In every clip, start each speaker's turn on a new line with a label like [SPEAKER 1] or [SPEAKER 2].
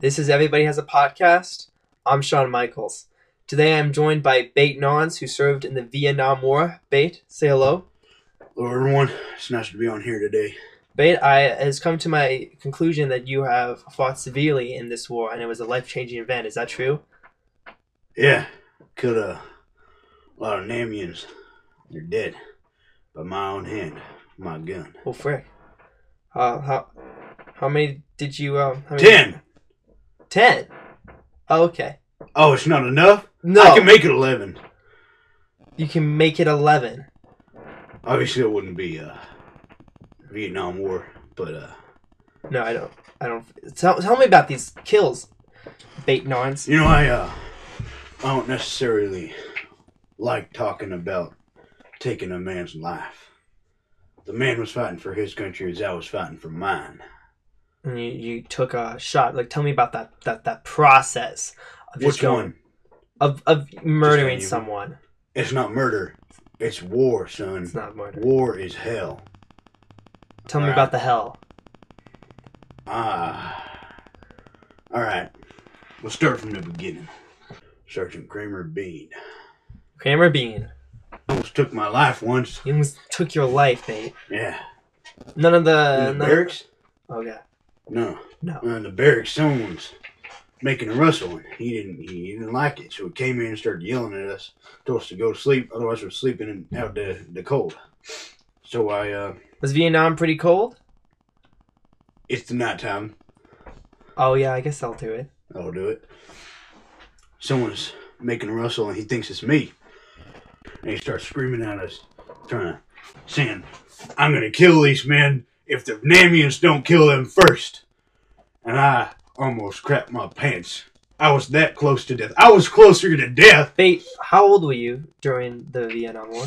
[SPEAKER 1] This is Everybody Has a Podcast. I'm Sean Michaels. Today I'm joined by Bate Nons, who served in the Vietnam War. Bate, say hello.
[SPEAKER 2] Hello, everyone. It's nice to be on here today.
[SPEAKER 1] Bate, I has come to my conclusion that you have fought severely in this war, and it was a life changing event. Is that true?
[SPEAKER 2] Yeah, killed a lot of Namians. They're dead by my own hand, my gun.
[SPEAKER 1] Well, Oh, frick. Uh, how how many did you um? How many,
[SPEAKER 2] Ten.
[SPEAKER 1] Ten. Oh, okay.
[SPEAKER 2] Oh, it's not enough.
[SPEAKER 1] No,
[SPEAKER 2] I can make it eleven.
[SPEAKER 1] you can make it eleven.
[SPEAKER 2] Obviously, it wouldn't be uh Vietnam War, but uh,
[SPEAKER 1] No, I don't. I don't. Tell, tell me about these kills, Bate Nons.
[SPEAKER 2] you know, I uh, I don't necessarily like talking about taking a man's life. The man was fighting for his country as I was fighting for mine.
[SPEAKER 1] And you, you took a shot. Like, tell me about that that that process of just
[SPEAKER 2] Which
[SPEAKER 1] going
[SPEAKER 2] one?
[SPEAKER 1] of of murdering
[SPEAKER 2] Just you.
[SPEAKER 1] someone.
[SPEAKER 2] It's not murder. It's war, son.
[SPEAKER 1] It's not murder.
[SPEAKER 2] War is hell.
[SPEAKER 1] Tell me
[SPEAKER 2] Alright.
[SPEAKER 1] about the hell.
[SPEAKER 2] Ah. All right. We'll start from the beginning. Sergeant Kramer Bean
[SPEAKER 1] Kramer Bean,
[SPEAKER 2] almost took my life once.
[SPEAKER 1] you almost took your life, mate.
[SPEAKER 2] Yeah.
[SPEAKER 1] None of the, none-
[SPEAKER 2] in the barracks?
[SPEAKER 1] Oh yeah,
[SPEAKER 2] No.
[SPEAKER 1] Uh, No.
[SPEAKER 2] In the barracks, someone's making a rustle. and He didn't. He didn't like it, so he came in and started yelling at us, told us to go to sleep. Otherwise, we're sleeping in, out the the cold. So I. uh
[SPEAKER 1] was Vietnam pretty cold?
[SPEAKER 2] It's the nighttime.
[SPEAKER 1] Oh yeah, I guess I'll do it.
[SPEAKER 2] I'll do it. Someone's making a rustle and he thinks it's me. And he starts screaming at us, trying to saying, I'm gonna kill these men if the Namians don't kill them first. And I almost crapped my pants. I was that close to death. I was closer to death.
[SPEAKER 1] Bate, how old were you during the Vietnam War?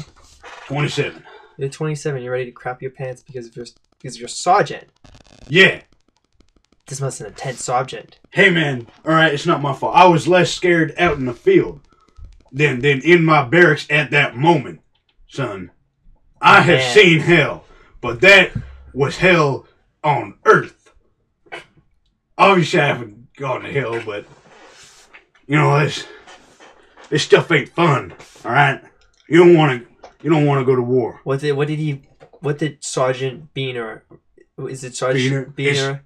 [SPEAKER 2] Twenty seven.
[SPEAKER 1] You're 27. You're ready to crap your pants because of your because of your sergeant.
[SPEAKER 2] Yeah.
[SPEAKER 1] This must have been a tense sergeant.
[SPEAKER 2] Hey man, alright, it's not my fault. I was less scared out in the field than than in my barracks at that moment, son. I have
[SPEAKER 1] Man.
[SPEAKER 2] seen hell, but that was hell on earth. Obviously I haven't gone to hell, but you know, this this stuff ain't fun, alright? You don't wanna you don't wanna go to war.
[SPEAKER 1] What did what did he? What did Sergeant Beaner? Is it Sergeant
[SPEAKER 2] Beaner?
[SPEAKER 1] Beaner?
[SPEAKER 2] It's-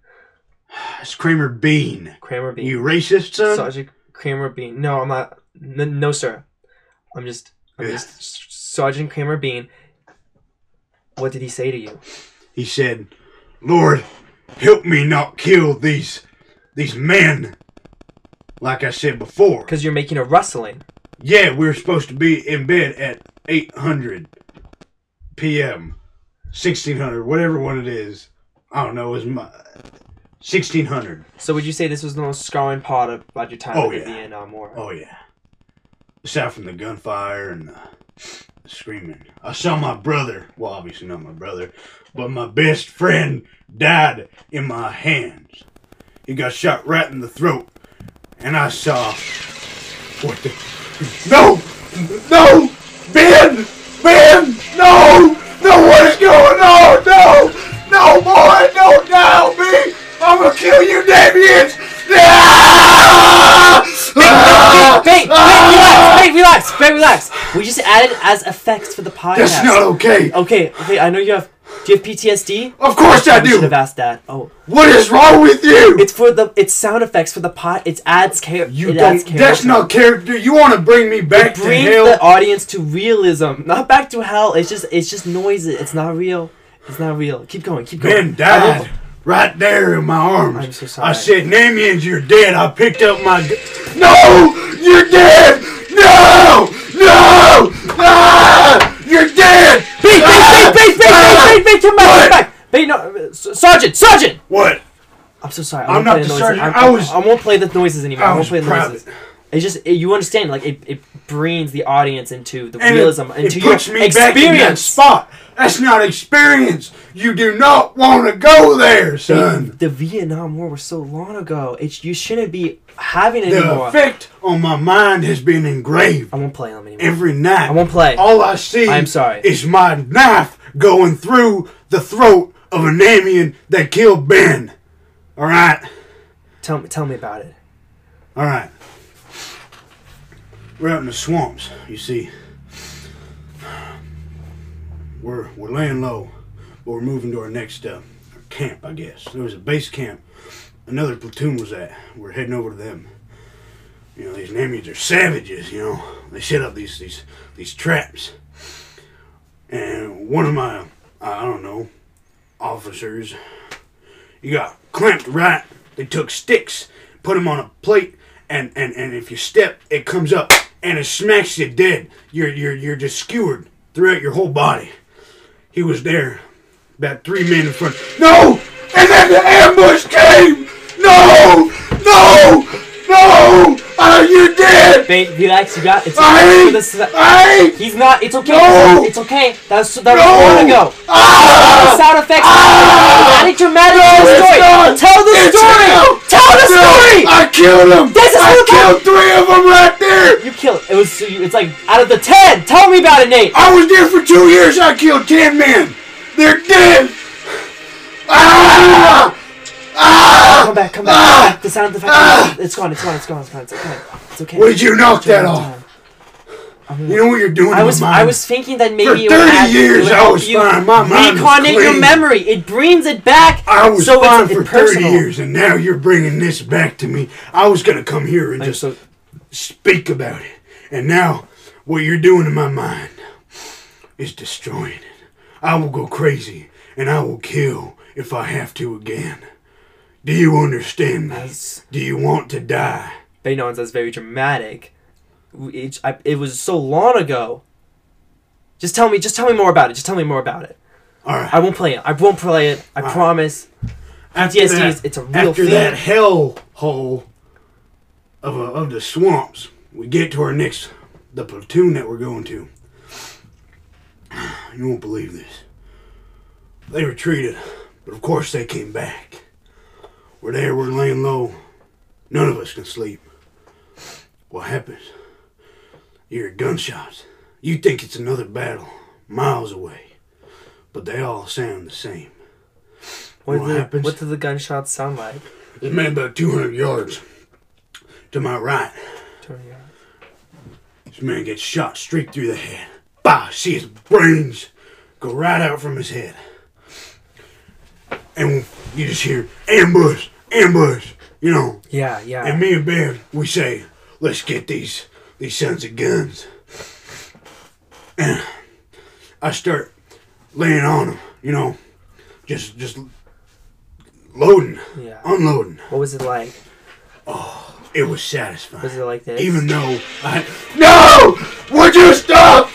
[SPEAKER 2] It's Kramer Bean.
[SPEAKER 1] Kramer Bean.
[SPEAKER 2] You racist, son?
[SPEAKER 1] Sergeant Kramer Bean. No, I'm not. N- no, sir. I'm just. I'm
[SPEAKER 2] Yeah.
[SPEAKER 1] just S- Sergeant Kramer Bean. What did he say to you?
[SPEAKER 2] he said, Lord, help me not kill these these men. Like I said before.
[SPEAKER 1] Because you're making a rustling.
[SPEAKER 2] Yeah, we were supposed to be in bed at 800 p.m. 1600, whatever one it is. I don't know, it was my 1600.
[SPEAKER 1] So would you say this was the most scarring part of, about your time
[SPEAKER 2] Oh,
[SPEAKER 1] in the
[SPEAKER 2] yeah.
[SPEAKER 1] Vietnam War?
[SPEAKER 2] Oh yeah. Aside from the gunfire and the screaming, I saw my brother. Well, obviously not my brother, but my best friend died in my hands. He got shot right in the throat, and I saw what the no, no, Ben, Ben, no, no, what is going on? No, no, boy, don't dial me. I'm gonna kill you, Damians.
[SPEAKER 1] Wait, wait,
[SPEAKER 2] Ah!
[SPEAKER 1] relax, wait, relax, wait, relax. We just added as effects for the podcast.
[SPEAKER 2] That's not okay.
[SPEAKER 1] Okay, okay, I know you have. Do you have PTSD?
[SPEAKER 2] Of course Oh, I
[SPEAKER 1] I should
[SPEAKER 2] do.
[SPEAKER 1] have asked that. Oh,
[SPEAKER 2] What is wrong with you?
[SPEAKER 1] it's for the it's sound effects for the pot. It's adds care.
[SPEAKER 2] You
[SPEAKER 1] it adds
[SPEAKER 2] don't.
[SPEAKER 1] character.
[SPEAKER 2] That's not character. You want to bring me back to
[SPEAKER 1] bring
[SPEAKER 2] hell? Oh,
[SPEAKER 1] the audience to realism, not back to hell. It's just it's just noises. It's not real. It's not real. Keep going. Keep going.
[SPEAKER 2] Ben died right there in my arms.
[SPEAKER 1] I'm so sorry.
[SPEAKER 2] I said, Namians, you're dead. I picked up my. Gu- no! You're dead! No! No! Ah! You're dead!
[SPEAKER 1] Bait,
[SPEAKER 2] Ah!
[SPEAKER 1] bait, bait, bait,
[SPEAKER 2] Ah!
[SPEAKER 1] bait, bait, bait, come back, come
[SPEAKER 2] What?
[SPEAKER 1] back. Bait, no, uh, S- sergeant, sergeant.
[SPEAKER 2] What?
[SPEAKER 1] I'm so sorry. I
[SPEAKER 2] I'm
[SPEAKER 1] won't
[SPEAKER 2] not
[SPEAKER 1] play
[SPEAKER 2] the
[SPEAKER 1] noises.
[SPEAKER 2] sergeant.
[SPEAKER 1] I'm-
[SPEAKER 2] I was-
[SPEAKER 1] I won't play the noises anymore.
[SPEAKER 2] I
[SPEAKER 1] I, won't
[SPEAKER 2] was
[SPEAKER 1] play the
[SPEAKER 2] proud.
[SPEAKER 1] noises. It's just it, you understand. Like it, it brings the audience into the
[SPEAKER 2] And it-
[SPEAKER 1] realism,
[SPEAKER 2] it,
[SPEAKER 1] into
[SPEAKER 2] puts
[SPEAKER 1] your
[SPEAKER 2] me
[SPEAKER 1] experience.
[SPEAKER 2] back in that spot. That's not experience. You do not want to go there, son.
[SPEAKER 1] The Vietnam War was so long ago. It's you shouldn't be having it
[SPEAKER 2] The
[SPEAKER 1] anymore.
[SPEAKER 2] effect on my mind has been engraved
[SPEAKER 1] I won't play them anymore.
[SPEAKER 2] every night.
[SPEAKER 1] I won't play.
[SPEAKER 2] All I see
[SPEAKER 1] I'm sorry.
[SPEAKER 2] is my knife going through the throat of a Namian that killed Ben. All right?
[SPEAKER 1] Tell me, tell me about it.
[SPEAKER 2] All right. We're out in the swamps, you see. We're we're laying low, but we're moving to our next uh, camp, I guess. There was a base camp. Another platoon was at. We're heading over to them. You know, these Namies are savages, you know. They set up these these these traps. And one of my I don't know, officers you got clamped right. They took sticks, put them on a plate, and, and, and if you step, it comes up and it smacks you dead. You're, you're, you're just skewered throughout your whole body. He was there, about three men in front. No! And then the ambush came! No! No! No! Oh, you're dead!
[SPEAKER 1] Babe, relax. You got it's.
[SPEAKER 2] I,
[SPEAKER 1] this is-
[SPEAKER 2] I,
[SPEAKER 1] he's not. It's okay.
[SPEAKER 2] No!
[SPEAKER 1] It's okay. That was that
[SPEAKER 2] No!
[SPEAKER 1] was long ago.
[SPEAKER 2] ah!
[SPEAKER 1] Sound effects. Add it dramatic to the
[SPEAKER 2] it's
[SPEAKER 1] story.
[SPEAKER 2] not.
[SPEAKER 1] Tell the
[SPEAKER 2] It's
[SPEAKER 1] story.
[SPEAKER 2] him.
[SPEAKER 1] Tell the
[SPEAKER 2] No, Ah!
[SPEAKER 1] story.
[SPEAKER 2] I killed him!
[SPEAKER 1] This is
[SPEAKER 2] I
[SPEAKER 1] who-
[SPEAKER 2] killed three of them right there!
[SPEAKER 1] You kill it. It was. so you- It's like out of the ten. Tell me about it, Nate.
[SPEAKER 2] I was there for two years. I killed ten men. They're dead. Ah!
[SPEAKER 1] Come
[SPEAKER 2] Ah!
[SPEAKER 1] back. Come back.
[SPEAKER 2] Ah!
[SPEAKER 1] come back. The sound effect.
[SPEAKER 2] Ah!
[SPEAKER 1] It's gone. It's gone. It's gone. It's gone. It's okay. It's okay.
[SPEAKER 2] Would you knock that
[SPEAKER 1] One
[SPEAKER 2] off?
[SPEAKER 1] time.
[SPEAKER 2] You know what you're doing.
[SPEAKER 1] I was.
[SPEAKER 2] to my mind?
[SPEAKER 1] I was thinking that maybe
[SPEAKER 2] For
[SPEAKER 1] it would
[SPEAKER 2] 30
[SPEAKER 1] add- it
[SPEAKER 2] years,
[SPEAKER 1] would
[SPEAKER 2] I
[SPEAKER 1] help
[SPEAKER 2] was
[SPEAKER 1] you
[SPEAKER 2] fine. My mind was
[SPEAKER 1] Reconnect your
[SPEAKER 2] clean.
[SPEAKER 1] memory. It brings it back.
[SPEAKER 2] I was
[SPEAKER 1] so
[SPEAKER 2] fine
[SPEAKER 1] it's,
[SPEAKER 2] for
[SPEAKER 1] it's personal.
[SPEAKER 2] thirty years, and now you're bringing this back to me. I was gonna come here and
[SPEAKER 1] Like,
[SPEAKER 2] just
[SPEAKER 1] so-
[SPEAKER 2] speak about it, and now what you're doing to my mind is destroying it. I will go crazy, and I will kill if I have to again. Do you understand me?
[SPEAKER 1] That's-
[SPEAKER 2] Do you want to die?
[SPEAKER 1] Baynon's that's very dramatic. We- It, I, it was so long ago. Just tell me. Just tell me more about it. Just tell me more about it.
[SPEAKER 2] All right.
[SPEAKER 1] I won't play it. I won't play it. I promise.
[SPEAKER 2] after
[SPEAKER 1] PTSD
[SPEAKER 2] that,
[SPEAKER 1] is- it's a real
[SPEAKER 2] after
[SPEAKER 1] thing.
[SPEAKER 2] that hell hole of, uh, of the swamps, we get to our next the platoon that we're going to. You won't believe this. They retreated, but of course they came back. We're there. We're laying low. None of us can sleep. What happens? You hear gunshots. You think it's another battle, miles away, but they all sound the same.
[SPEAKER 1] What,
[SPEAKER 2] What
[SPEAKER 1] did,
[SPEAKER 2] happens?
[SPEAKER 1] What did the gunshots sound like?
[SPEAKER 2] It made about 200 yards to my right.
[SPEAKER 1] Turn it on.
[SPEAKER 2] This man gets shot straight through the head. Bah! See his brains go right out from his head. And you just hear ambush, ambush, you know.
[SPEAKER 1] Yeah, yeah.
[SPEAKER 2] And me and Ben, we say, let's get these these sons of guns. And I start laying on them, you know, just just loading,
[SPEAKER 1] Yeah.
[SPEAKER 2] unloading.
[SPEAKER 1] what was it like?
[SPEAKER 2] It was satisfying.
[SPEAKER 1] Was it like this?
[SPEAKER 2] Even though I No! Would you stop?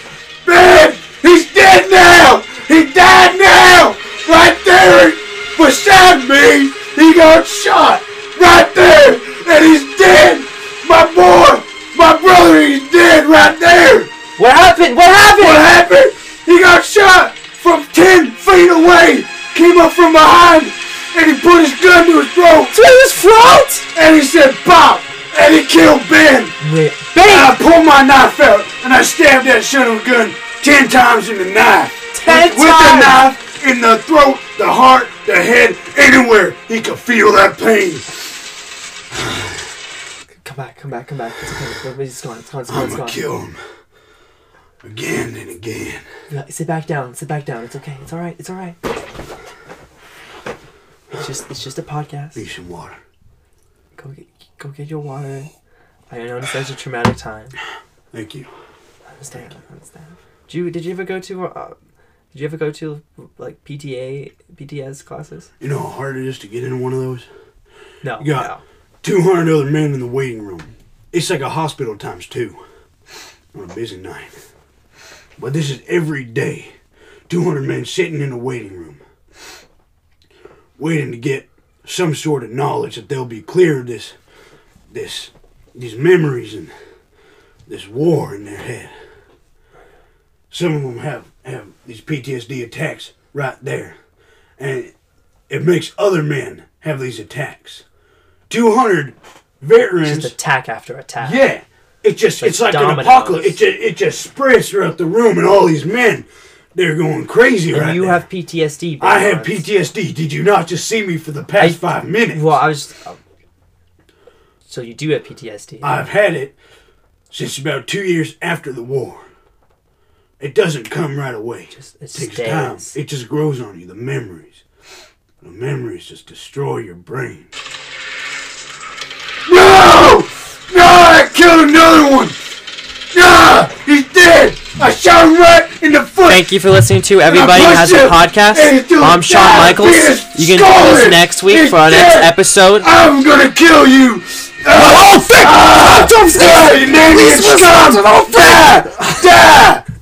[SPEAKER 2] Man! He's dead now! He died now! Right there beside me! He got shot! Right there! And he's dead! My boy! My brother, he's dead right there!
[SPEAKER 1] what happened? What happened?
[SPEAKER 2] What happened? He got shot from 10 feet away! Came up from behind and he put his gun to his throat
[SPEAKER 1] To his front?
[SPEAKER 2] and he said, Bop! And he killed Ben!
[SPEAKER 1] Wait,
[SPEAKER 2] And
[SPEAKER 1] bang!
[SPEAKER 2] I pulled my knife out and I stabbed that son of a gun ten times in the knife.
[SPEAKER 1] Ten
[SPEAKER 2] with, with the
[SPEAKER 1] times?
[SPEAKER 2] knife in the throat, the heart, the head, anywhere he could feel that pain.
[SPEAKER 1] Come back, come back, come back. It's okay. It's gone. It's gone. It's gone.
[SPEAKER 2] I'm
[SPEAKER 1] It's
[SPEAKER 2] gonna
[SPEAKER 1] gone.
[SPEAKER 2] kill him again and again.
[SPEAKER 1] Yeah, sit back down. Sit back down. It's okay. It's all right. It's all right. It's just it's just a podcast.
[SPEAKER 2] Need some water.
[SPEAKER 1] Go get go get your water. I know it's such a traumatic time.
[SPEAKER 2] Thank you.
[SPEAKER 1] I understand. I understand. Did you did you ever go to uh, did you ever go to like PTA PTS classes?
[SPEAKER 2] You know how hard it is to get into one of those?
[SPEAKER 1] No.
[SPEAKER 2] You got 200 other men in the waiting room. It's like a hospital times two on a busy night. But this is every day. 200 men sitting in the waiting room, waiting to get some sort of knowledge that they'll be clear of this, this, these memories and this war in their head. Some of them have, have these PTSD attacks right there. And it makes other men have these attacks. 200
[SPEAKER 1] No.
[SPEAKER 2] veterans
[SPEAKER 1] Just attack after attack.
[SPEAKER 2] yeah. It just
[SPEAKER 1] Like
[SPEAKER 2] it's like an
[SPEAKER 1] dominoes.
[SPEAKER 2] apocalypse. It just, it just spreads throughout the room and all these men they're going crazy
[SPEAKER 1] And
[SPEAKER 2] right
[SPEAKER 1] you
[SPEAKER 2] now.
[SPEAKER 1] have PTSD.
[SPEAKER 2] I have
[SPEAKER 1] Barnes.
[SPEAKER 2] PTSD. Did you not just see me for the past
[SPEAKER 1] I-
[SPEAKER 2] 5 minutes?
[SPEAKER 1] Well, I was. um, So you do have PTSD.
[SPEAKER 2] I've had it since about two years after the war. It doesn't come right away.
[SPEAKER 1] Just- it
[SPEAKER 2] takes
[SPEAKER 1] stays.
[SPEAKER 2] time. It just grows on you. The memories. The memories just destroy your brain. No! No! I killed another one! No! He's dead! I shot him right in the foot!
[SPEAKER 3] Thank you for listening to Everybody
[SPEAKER 2] I
[SPEAKER 3] Has a
[SPEAKER 2] push
[SPEAKER 3] Podcast.
[SPEAKER 2] it into
[SPEAKER 3] I'm Sean
[SPEAKER 2] that
[SPEAKER 3] Michaels.
[SPEAKER 2] penis
[SPEAKER 3] You can join us
[SPEAKER 2] skull.
[SPEAKER 3] next week
[SPEAKER 2] It's
[SPEAKER 3] for our next
[SPEAKER 2] dead.
[SPEAKER 3] episode.
[SPEAKER 2] I'm gonna kill you!
[SPEAKER 3] Oh, fuck!
[SPEAKER 2] Ah!
[SPEAKER 3] Don't-
[SPEAKER 2] Ah, your name
[SPEAKER 3] Please
[SPEAKER 2] is
[SPEAKER 3] listen
[SPEAKER 2] scum!
[SPEAKER 3] to the whole thing.
[SPEAKER 2] Die! Die!